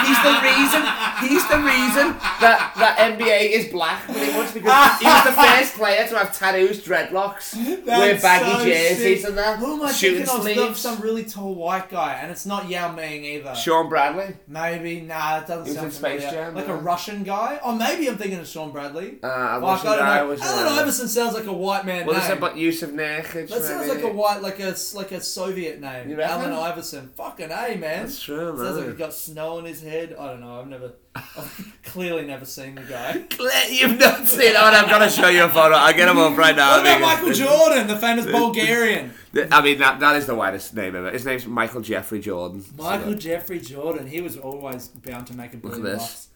he's the reason. He's the reason that that NBA is black pretty much because he was the first player to have tattoos, dreadlocks, wear That's baggy so jerseys, sick. and that. Who am I shooting thinking of? sleeves. Some, some really tall white guy, and it's not Yao Ming either. Sean Bradley. Maybe nah, it doesn't He was sound in Space familiar. Jam, like a yeah. Russian guy, or maybe I'm thinking of Sean Bradley. Uh, I Like, wasn't. I don't I know. was. uh, Alan Iverson sounds like a white man Well, there's name. about Yusuf Nurkic. that sounds like maybe. a white, like a like a Soviet name. You reckon? Alan Iverson. Fucking a man. That's true, Sounds like man. he's got snow on his head. I don't know. I've never, <laughs> I've clearly never seen the guy. <laughs> Claire, You've not seen. Oh, I'm gonna show you a photo. I'll get him up right now. What about Because- Michael Jordan, <laughs> the famous Bulgarian? I mean, that, that is the widest name ever. His name's Michael Jeffrey Jordan. Michael Jeffrey Jordan. He was always bound to make a at billion this. bucks.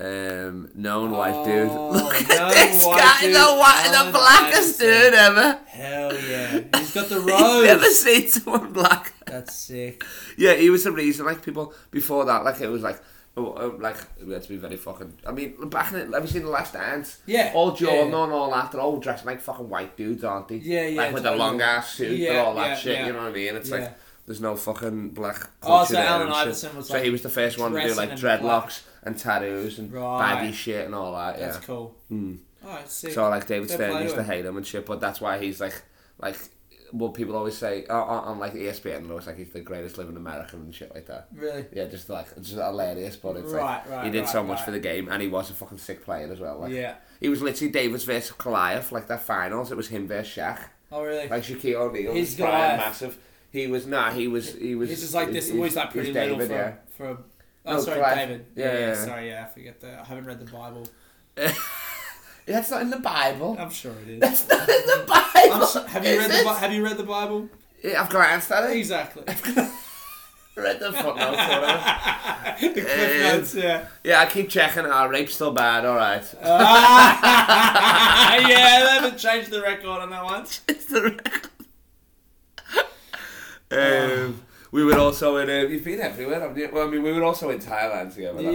Um, known white dude. Oh, <laughs> Look no at this white guy, dude, the white, the Alan blackest Iverson. dude ever. <laughs> Hell yeah. He's got the You've never rose. seen someone black. That's sick. Yeah, he was the reason. Like people before that, like it was like. Oh, oh, like we had to be very fucking. I mean, back in the, have you seen the Last Dance? Yeah, All Jordan yeah. on, all that. They're all dressed like fucking white dudes, aren't they? Yeah, yeah, Like with totally. the long ass suits Yeah, and all that yeah, shit. yeah. You know what I mean? It's Yeah. like there's no fucking black. Oh, culture so there Allen and shit. Iverson was, So like, he was the first one to do dressing like in black. dreadlocks and tattoos and Right. baggy shit and all that. Yeah. That's cool. Hmm. Alright, sick. So like David Fair Stern play used to to him. hate him and shit, but that's why he's like like what people always say uh, on, on like ESPN. It looks like he's the greatest living American and shit like that. Really? Yeah, just like it's just hilarious, but it's Right, like right, he did right, so much right. for the game, and he was a fucking sick player as well. Like, Yeah. he was literally Davis versus Goliath, like that finals. It was him versus Shaq, Oh, really? like Shaquille O'Neal. He's was prime, Goliath. massive. He was nah. He was he was. he's just like this. he's- Always like pretty he's little David, for, yeah. for a. Oh, No, sorry, Clive. David. Yeah, yeah, yeah. Sorry, yeah, I forget that. I haven't read the Bible. Yeah, That's not in the Bible. I'm sure it <laughs> is. That's not in the Oh. I'm Bible. su- have you is read it? the Bi- Have you read the <laughs> Bible? Yeah, I've glanced at it. Exactly. Read the footnotes. whatever. <laughs> the cliff Um, notes. Yeah. <laughs> Yeah, I keep checking. Our rape's still bad. All <laughs> right. <laughs> Ah, <laughs> yeah, they haven't changed the record on that one. It's the record. Um, we were also in. Uh, you've been everywhere, haven't you? Well, I mean, we were also in Thailand together. that was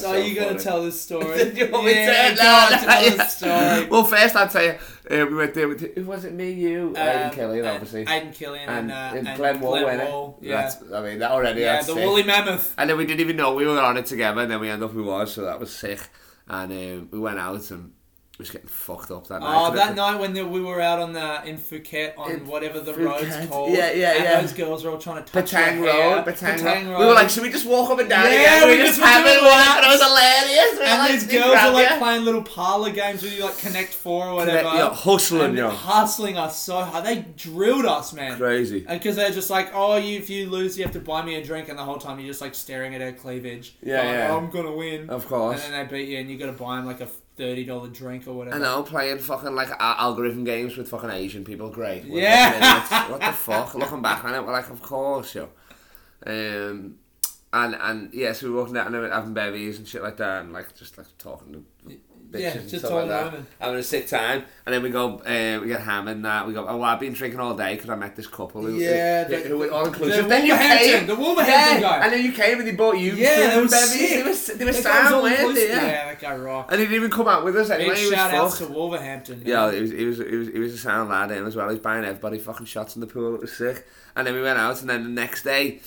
hilarious. That oh, was you <laughs> gotta funny. tell this story. Did you want me to? yeah, No, go on, no, tell yeah. this story. Well, first I'd say uh, we went there with who was it? Me, you, um, <laughs> Um, Aiden Killian, and- obviously, Aiden Killian and, uh, and, Glenn Wall. weren't it? Yeah, That's, I mean, that already. yeah, that's the sick. woolly mammoth. And then we didn't even know we were on it together, and then we ended up we was, so that was sick. And um, we went out and we was getting fucked up that night. Oh, And that it- night when the, we were out on the in Phuket on In whatever the Phuket. road's called. Yeah, yeah, and yeah. Those girls were all trying to touch Batang your hair. Road, Batang, Patang Road. We were like, should we just walk up and down Yeah, again? We, we just just were have it doing one, laps. and it was hilarious. We were and like, these "Did you girls grab are like ya?" playing little parlor games with you, like Connect Four or whatever. Connect- yeah, hustling, and yeah. hustling us so hard. They drilled us, man. crazy. And because they're just like, oh, you, if you lose, you have to buy me a drink, and the whole time you're just like staring at her cleavage. Yeah, Going, yeah. "Oh, I'm gonna win. Of course. And then they beat you, and you gotta buy them like a thirty dollar drink or whatever. I know, playing fucking like al- algorithm games with fucking Asian people. Great. We're Yeah. like idiots. what the fuck? Looking back on it, we're like, of course, yo. Um, and and yeah, so we were walking down and having bevies and shit like that, and like just like talking to bitches Yeah, and just stuff all like that. women. Having a sick time, and then we go, uh, we get hammered and that. We go, oh, well, I've been drinking all day because I met this couple who, Yeah, who, the- who were all inclusive. the then you Wolverhampton- came, the Wolverhampton yeah, guy. and then you came and he bought you. Yeah, food that and was bevvies. sick. They were, they were That guy was sound, all weren't they? inclusive. Yeah. yeah, that guy rocked. And he didn't even come out with us anyway. Big he was shout outs to fucked. Wolverhampton. Man. Yeah, he was, he was he was he was a sound lad then as well. He was buying everybody fucking shots in the pool. It was sick. And then we went out, and then the next day.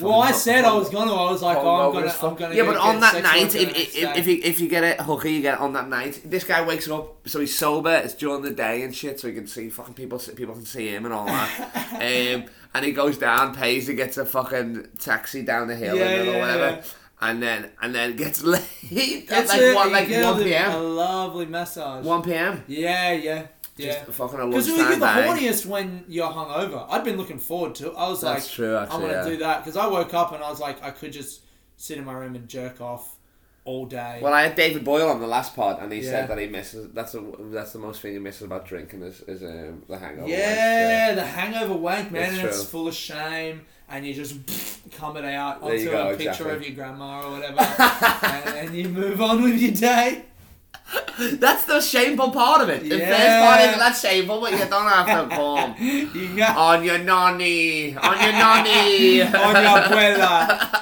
Well, I fucking- said I was gonna. I was like, Paul oh, I'm Logan gonna, is I'm fuck- gonna. yeah, go but get on that sex night, worker if, the next if, if, day. you, if you get a hooker, you get it on that night. This guy wakes up, so he's sober. It's during the day and shit, so he can see fucking people. People can see him and all that. <laughs> um, and he goes down, pays, he gets a fucking taxi down the hill Yeah, and yeah, or whatever. yeah. And then and then gets <laughs> late at That's like it, one you like get one the- p.m. A lovely massage. one p.m. Yeah, yeah, yeah. Just fucking a Because lunchtime you're the bang. horniest when you're hungover. I'd been looking forward to. it. I was That's like, true, actually, I'm gonna yeah. do that because I woke up and I was like, I could just sit in my room and jerk off all day. Well, I had David Boyle on the last pod, and he Yeah. said that he misses. That's the that's the most thing he misses about drinking is, is um, the hangover. yeah, the hangover wank, man, That's and it's true. full of shame, and you just <laughs> cum it out There you onto go, a picture exactly. of your grandma or whatever, and, and you move on with your day. <laughs> like, yeah. that's the shameful part of it. The Yeah. first part is that's shameful, but you don't have to bomb <laughs> You go on your nanny, on your nanny. <laughs> on your abuela.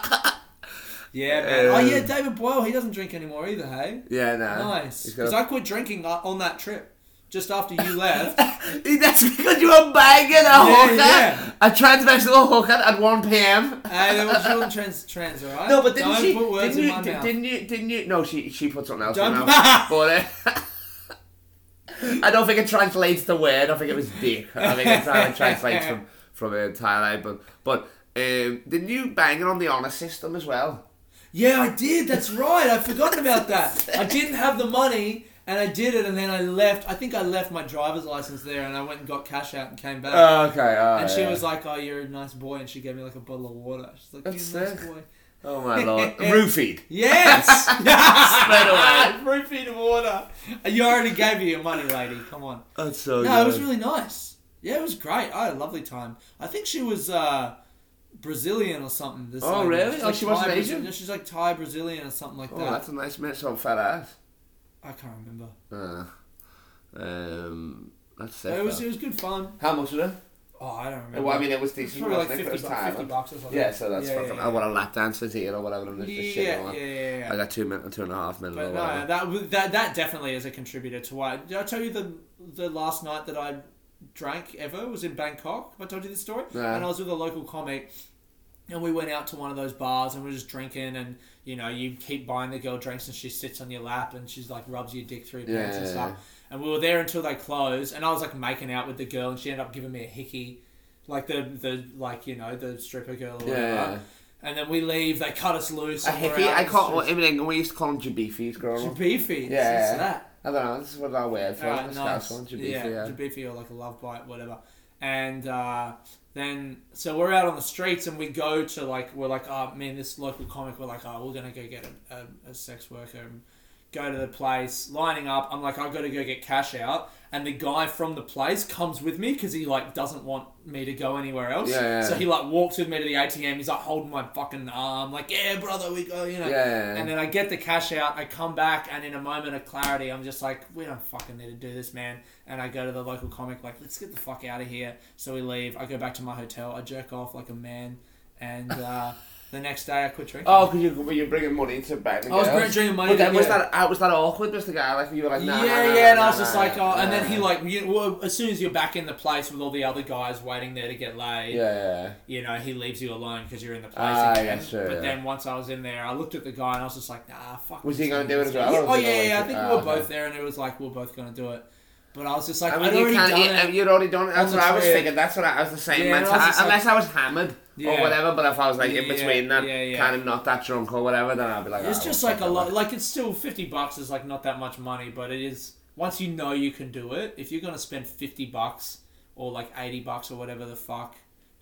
Yeah, man. oh Um, yeah, David Boyle. He doesn't drink anymore either. Hey, <laughs> yeah, no. nice. He's Because got I quit drinking uh, on that trip just after <laughs> you left. a- that's because you were banging a hooker, yeah. a transvestite hooker at one p.m. hey, there was children trans, trans, all right? No, but didn't Don't she? put words didn't, in my you, di- mouth. didn't you? Didn't you? No, she she put something else in her Don't- <laughs> mouth. But, uh, I don't think it translates the word. I don't think it was dick. I think it's how it translates from from uh, Thailand. But but um, didn't you bang it on the honor system as well? yeah, I did. That's right. I'd <laughs> forgotten about that. I didn't have the money, and I did it, and then I left. I think I left my driver's license there, and I went and got cash out and came back. okay. all Uh, and right. she was like, "Oh, you're a nice boy," and she gave me like a bottle of water. She's like, "You're a That's nice sick. boy." "Oh my <laughs> lord, roofied." Yes. <laughs> <laughs> Straight Three feet of water. You already gave me your money, lady. Come on. That's so. No, it was good. really nice. Yeah, it was great. I had a lovely time. I think she was uh, Brazilian or something. This Oh, lady. really? She's Oh, she wasn't Thai Asian? Brazilian- She's like Thai Brazilian or something like Oh, that. that's a nice minute on fat ass. I can't remember. Uh, um, that's sick. But it was though. it was good fun. How much was it? Oh, I don't remember. Well, I mean, it was It's decent. probably like wasn't it, 50, for its time. bucks, 50 bucks or something. Yeah, so that's fucking. yeah, I want a lap dance with you or whatever. And yeah, this, this shit. yeah, I, yeah, want. yeah, yeah. I got two minutes, two and a half minutes. But or no, whatever. that w- that that definitely is a contributor to why. Did I tell you the the last night that I drank ever was in Bangkok? Have I told you this story? No. And I was with a local comic. And we went out to one of those bars and we are just drinking, and you know, you keep buying the girl drinks, and she sits on your lap and she's like rubs your dick through your pants and Yeah. stuff. And we were there until they closed, and I was like making out with the girl, and she ended up giving me a hickey, like the the like you know the stripper girl. Or Yeah, whatever. yeah. And then we leave. They cut us loose. a and we're hippie. out I in can't. the streets. Well, in England, we used to call them jabifis growing up. Jabifi. Yeah. What's that? I don't know. This is what our word for Alright, it. nice. Nice. One, jabifi, yeah, yeah. Jabifi or like a love bite, whatever. And uh, then, so we're out on the streets and we go to like, we're like, oh man, this local comic, we're like, oh, we're going to go get a, a, a sex worker and go to the place, lining up. I'm like, I've got to go get cash out. And the guy from the place comes with me because he like doesn't want me to go anywhere else. Yeah, yeah, So yeah. he like walks with me to the ATM. He's like holding my fucking arm, like, yeah, brother, we go, you know. Yeah, yeah, yeah. And then I get the cash out, I come back, and in a moment of clarity, I'm just like, we don't fucking need to do this, man. And I go to the local comic, like, let's get the fuck out of here. So we leave. I go back to my hotel. I jerk off like a man. <laughs> And uh, the next day, I quit drinking. Oh, because you were you bringing money to bang the I was girls. bringing- bringing money But to- then was yeah. that uh, was that awkward? Was the guy like you were like, nah, yeah, nah, nah, yeah, and nah, I was just nah, like, oh, and then nah. he like, you, well, as soon as you're back in the place with all the other guys waiting there to get laid, Yeah, yeah, yeah. you know, he leaves you alone because you're in the place. Ah, again. yeah, sure, but yeah. then once I was in there, I looked at the guy and I was just like, nah, fuck. Was this he gonna guy. do it as well, Yeah, or was oh he yeah, gonna yeah. I like think it? we Ah, were both okay. there, and it was like we were both gonna do it. But I was just like, I I mean, would you already can't. done You, it. you'd already done it. That's On what the I was trip. thinking. That's what I, I was the same Yeah, and I was mentality. just like- unless I was hammered Yeah. or whatever, but if I was like in Yeah, between that, yeah, yeah. kind of not that drunk or whatever, then I'd be like, It's "Oh, just fuck like a it, lot. Like it's still fifty bucks is like not that much money, but it is. Once you know you can do it, if you're gonna spend fifty bucks or like eighty bucks or whatever the fuck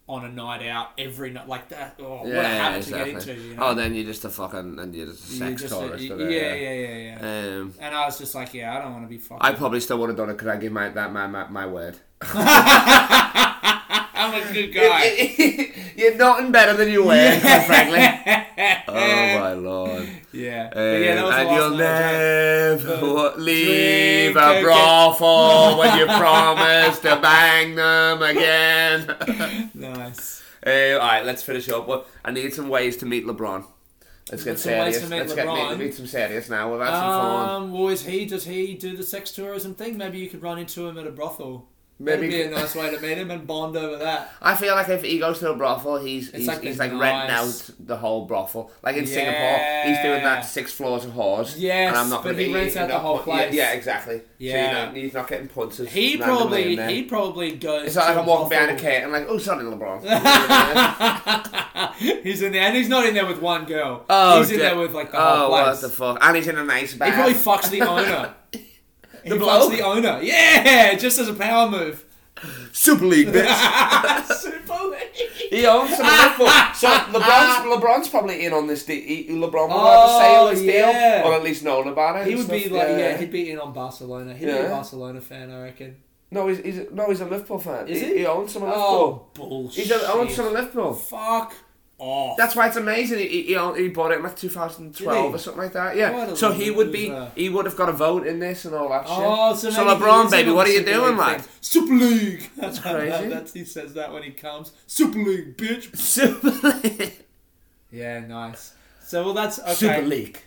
on a night out every night, like that. Oh, what a habit to get into. You know? Oh, then you're just a fucking and you're just a You're sex just a- tourist. y- isn't it? yeah, yeah, yeah, yeah. Um, and I was just like, yeah, I don't want to be fucking. I probably still would have done it. Could I give my that my my, my word? <laughs> I'm a <laughs> good <laughs> guy. <laughs> you're nothing better than you were, quite frankly. Oh my lord! Yeah. Uh, But yeah, that was the and last you'll one I drank. never leave drink a again. brothel <laughs> when you promise to bang them again. <laughs> Nice. Uh, all right, let's finish up. Well, I need some ways to meet LeBron. Let's get Some ways serious. to meet Let's get LeBron. meet, meet some serious now. We've had some fun. Um, well, is he? Does he do the sex tourism thing? Maybe you could run into him at a brothel. Maybe Maybe- That'd be a nice way to meet him and bond <laughs> over that. I feel like if he goes to a brothel, he's he's like like, the he's like renting nice- out the whole brothel. Like in Singapore, he's doing Yeah. that six floors of whores. Yes, and I'm not but gonna he be rents eating out the up- whole yeah, place. Yeah, exactly. Yeah. so you know, he's not getting punches. He randomly probably in there. he probably goes. It's not to like I'm walking behind a brothel. curtain, like, oh, sorry, <laughs> LeBron. he's in there, and he's not in there with one girl. oh, he's in dear. there with like the oh, whole place. what the fuck? And he's in a nice He bag. probably fucks the owner. he bloke? fucks the owner. Yeah, just as a <laughs> power move. <laughs> Super League, <laughs> bitch. Super League. he owns some Liverpool. So <laughs> LeBron's, LeBron's probably in on this deal. LeBron will have Oh, a say on this yeah. deal, or at least known about it. He and would be stuff, like, yeah. he'd be in on Barcelona. He'd be Yeah. a Barcelona fan, I reckon. No, he's, he's no, he's a Liverpool fan. Is he, he? owns some of Liverpool. Oh, bullshit. He's a, owns some of Liverpool. Fuck off. That's why it's amazing. He, he, owned, he bought it in like 2012 Did he? or something like that. What Yeah. a So he would be, loser. he would have got a vote in this and all that Oh, so, shit. maybe he LeBron, is in baby, on what are the you Super doing, League like? thing. Super League. That's crazy. That's he says that when he comes. Super League, bitch. Super League. Yeah, nice. So well, that's okay. Super League.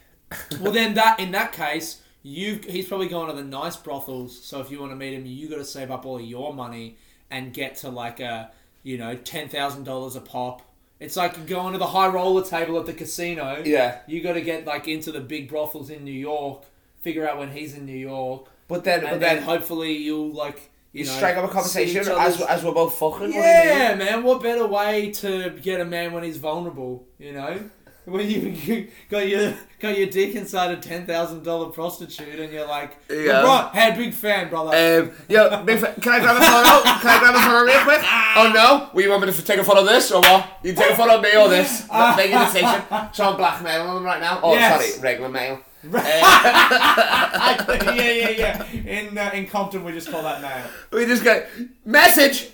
Well, then that in that case, you he's probably going to the nice brothels. So if you want to meet him, you got to save up all of your money and get to like a you know ten thousand dollars a pop. It's like going to the high roller table at the casino. Yeah. you got to get like into the big brothels in New York. Figure out when he's in New York, But then, and but then, then, hopefully you'll like you you know strike up a see conversation each as, other's- as we're both fucking. yeah, man. What better way to get a man when he's vulnerable? You know, when you, you got your got your dick inside a ten thousand dollar prostitute, and you're like, Yeah. LeBron, hey, big fan, brother. <laughs> Um, yo, big fa- can I grab a photo? Can I grab a photo real quick? Oh no, well, you want me to take a photo of this or what? You take a photo of me or this? Not Making a decision. So I'm blackmailing them right now. Oh, Yes. sorry, regular mail. yeah, yeah, yeah. In uh, in Compton, we just call that nail. We just go message.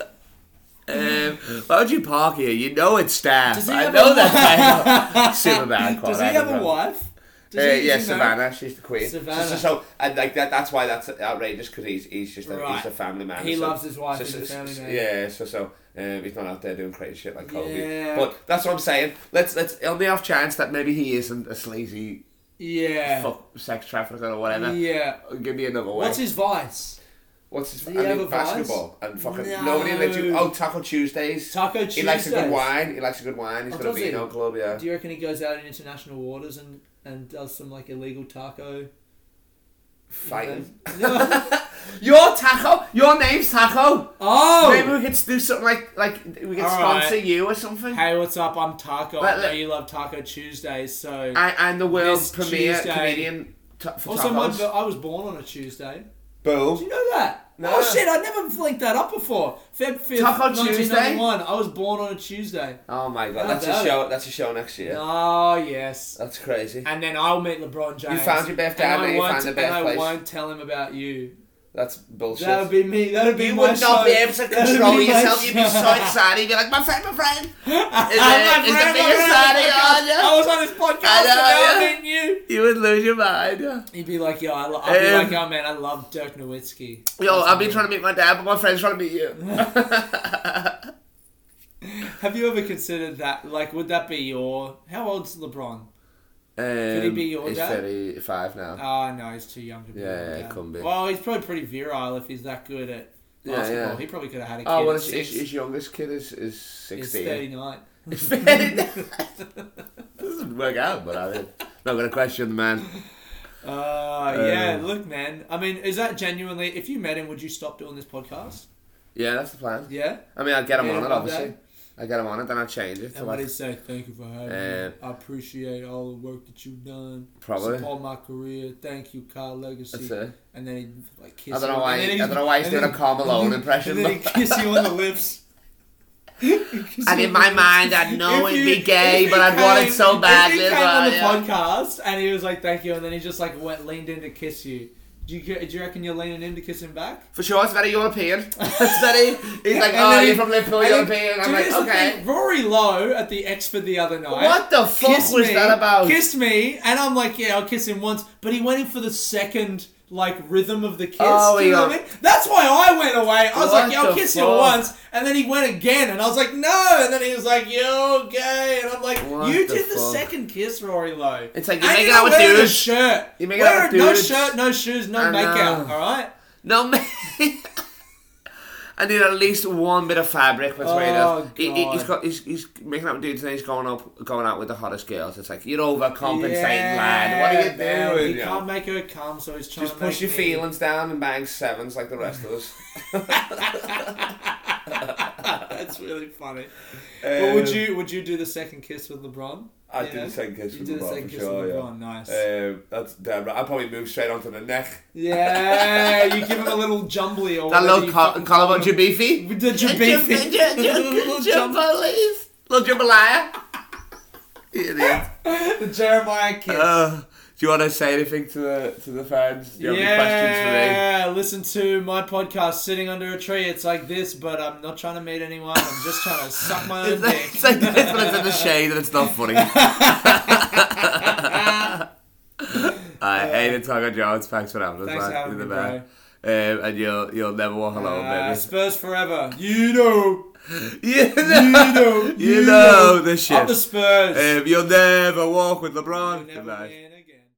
<laughs> um, why would you park here? You know it's staff. Does he I have know a that's mail. Super bad. <laughs> Does he have a wife? Does Uh, he- does yeah, he know? Savannah. She's the queen. Savannah. So, so, so- and like that. That's why that's outrageous because he's he's just a, Right. he's a family man. He so- loves his wife, so- he's a so- family so- man. Yeah. So so um, he's not out there doing crazy shit like Kobe. Yeah. But that's what I'm saying. Let's let's on the off chance that maybe he isn't a sleazy Yeah. fuck sex trafficker or whatever. Yeah. Give me another way. What's his vice? What's his? he I have mean, a vice? basketball and fucking No. nobody lives. in- Oh, Taco Tuesdays. Taco Tuesday. He likes a good wine. He likes a good wine. He's Oh, got a does he? vino club. Yeah. Do you reckon he goes out in international waters and, and does some like illegal taco? <laughs> Fighting. No. <laughs> Your taco. Your name's Taco. Maybe oh! we could do something like like we could All sponsor right. you or something. Hey, what's up? I'm Taco. Let- I know let- you love Taco Tuesdays, so. I, I'm the world's This premier Tuesday. comedian t- for also, my, tacos. bir- I was born on a Tuesday. Do Boom. you know that? No. Oh shit, I never linked that up before. Feb 5th, Taco Tuesday? 1991. I was born on a Tuesday. Oh my god, How's that's a that? show. That's a show next year. Oh, yes. That's crazy. And then I'll meet LeBron James. found your best dad, and I mate. You won't- found the and best I place. won't tell him about you. That's bullshit. That would be me. That would be you my would not show. be able to That would be control my yourself. You'd be show. so excited. You'd be like, my friend, my <laughs> friend. Is, <laughs> it, is I'm the like, biggest party "Brandon, I on was on this Oh podcast I know, and now yeah. I'm meeting you. you? You would lose your mind. Yeah. He'd be like, yo, I lo- I'd be Um, like, yo, man, I love Dirk Nowitzki. Yo, I've been trying to meet my dad, but my friend's trying to meet <laughs> you. Have you ever considered that? Like, would that be your... How old's LeBron? Could he be your Um, he's dad? 35 now. Oh, no, he's too young to be. Yeah, like yeah, that. couldn't be. Well, he's probably pretty virile if he's that good at Yeah, basketball. yeah. He probably could have had a kid Oh, well, at his, his, six. his youngest kid is, is He's 16. 39. <laughs> doesn't work out, but I mean, not going to question the man. Uh, yeah, Um, look, man. I mean, is that genuinely... If you met him, would you stop doing this podcast? Yeah, that's the plan. Yeah? I mean, I'd get him Yeah, on it, love that. obviously. I'd get him on it, then I'd change it. To And what like, he say? Thank you for having Uh, me. I appreciate all the work that you've done. Probably. support my career. Thank you, Kyle Legacy. that's it. And then he like kiss. I don't you know on- why, and then I he- don't know why he's and doing a then- Carl Malone And impression. then he kiss you on <laughs> the lips. And in my mind, I'd know If it'd you- be gay, if but he I'd want it came- so If he badly. came on the but, yeah. podcast and he was like, "Thank you," and then he just like went leaned in to kiss you, Do you, do you reckon you're leaning in to kiss him back? For sure, it's very European. <laughs> it's very. He's like, And oh, then you're he- from Liverpool, and then- European. I'm dude, like, this is the okay. thing, Rory Lowe at the Expo the other night. What the fuck kissed was me- that about? Kissed me, and I'm like, yeah, I'll kiss him once. But he went in for the second like rhythm of the kiss. Oh, do you know yeah. what I mean? That's why I went away. I was What like, yeah, I'll the kiss you fuck? once, and then he went again, and I was like, no. And then he was like, you're gay, and I'm like, What you the did the fuck? second kiss, Rory Lowe. It's like, you're And making not out with wearing a dudes. Shirt. You're making Wear out with a- dudes. No shirt, no shoes, no I makeout. know. All right. No, <laughs> man. I need at least one bit of fabric between Oh, us. He, he, has God. got, he's, he's making up with dudes and he's going up, going out with the hottest girls. It's like you're overcompensating, Yeah, lad. What are you man. doing? He you know? can't make her come, so he's trying Just to push your make me. feelings down and bang sevens like the rest of us. <laughs> That's really funny. but would you would you do the second kiss with LeBron? I Yeah. did the second kiss You with did the LeBron, second for kiss sure, with yeah. LeBron. Nice. Um, that's damn right. I'd probably move straight onto the neck. yeah, you give him a little jumbly or That whatever little you co- fucking collar on call him. Jabifi. With <laughs> the Jabifi. Little jump- Jumblies. Little jambalaya. Idiot. <laughs> The Jeremiah kiss. Uh, do you want to say anything to the to the fans? Do you have any questions yeah, listen to my podcast, Sitting Under a Tree. It's like this, but I'm not trying to meet anyone. I'm just trying to <laughs> suck my for own me? <laughs> dick. It's like this, but it's in the shade and it's not <laughs> funny. I hate it, Tonga Jones. Thanks for having us. Thanks man. for having You're the me, man. Um, and you'll you'll never walk alone, Uh, baby. Spurs forever. You know. You You know, know. you know the shit. Up the Spurs. Um, you'll never walk with LeBron. Never Goodbye. win.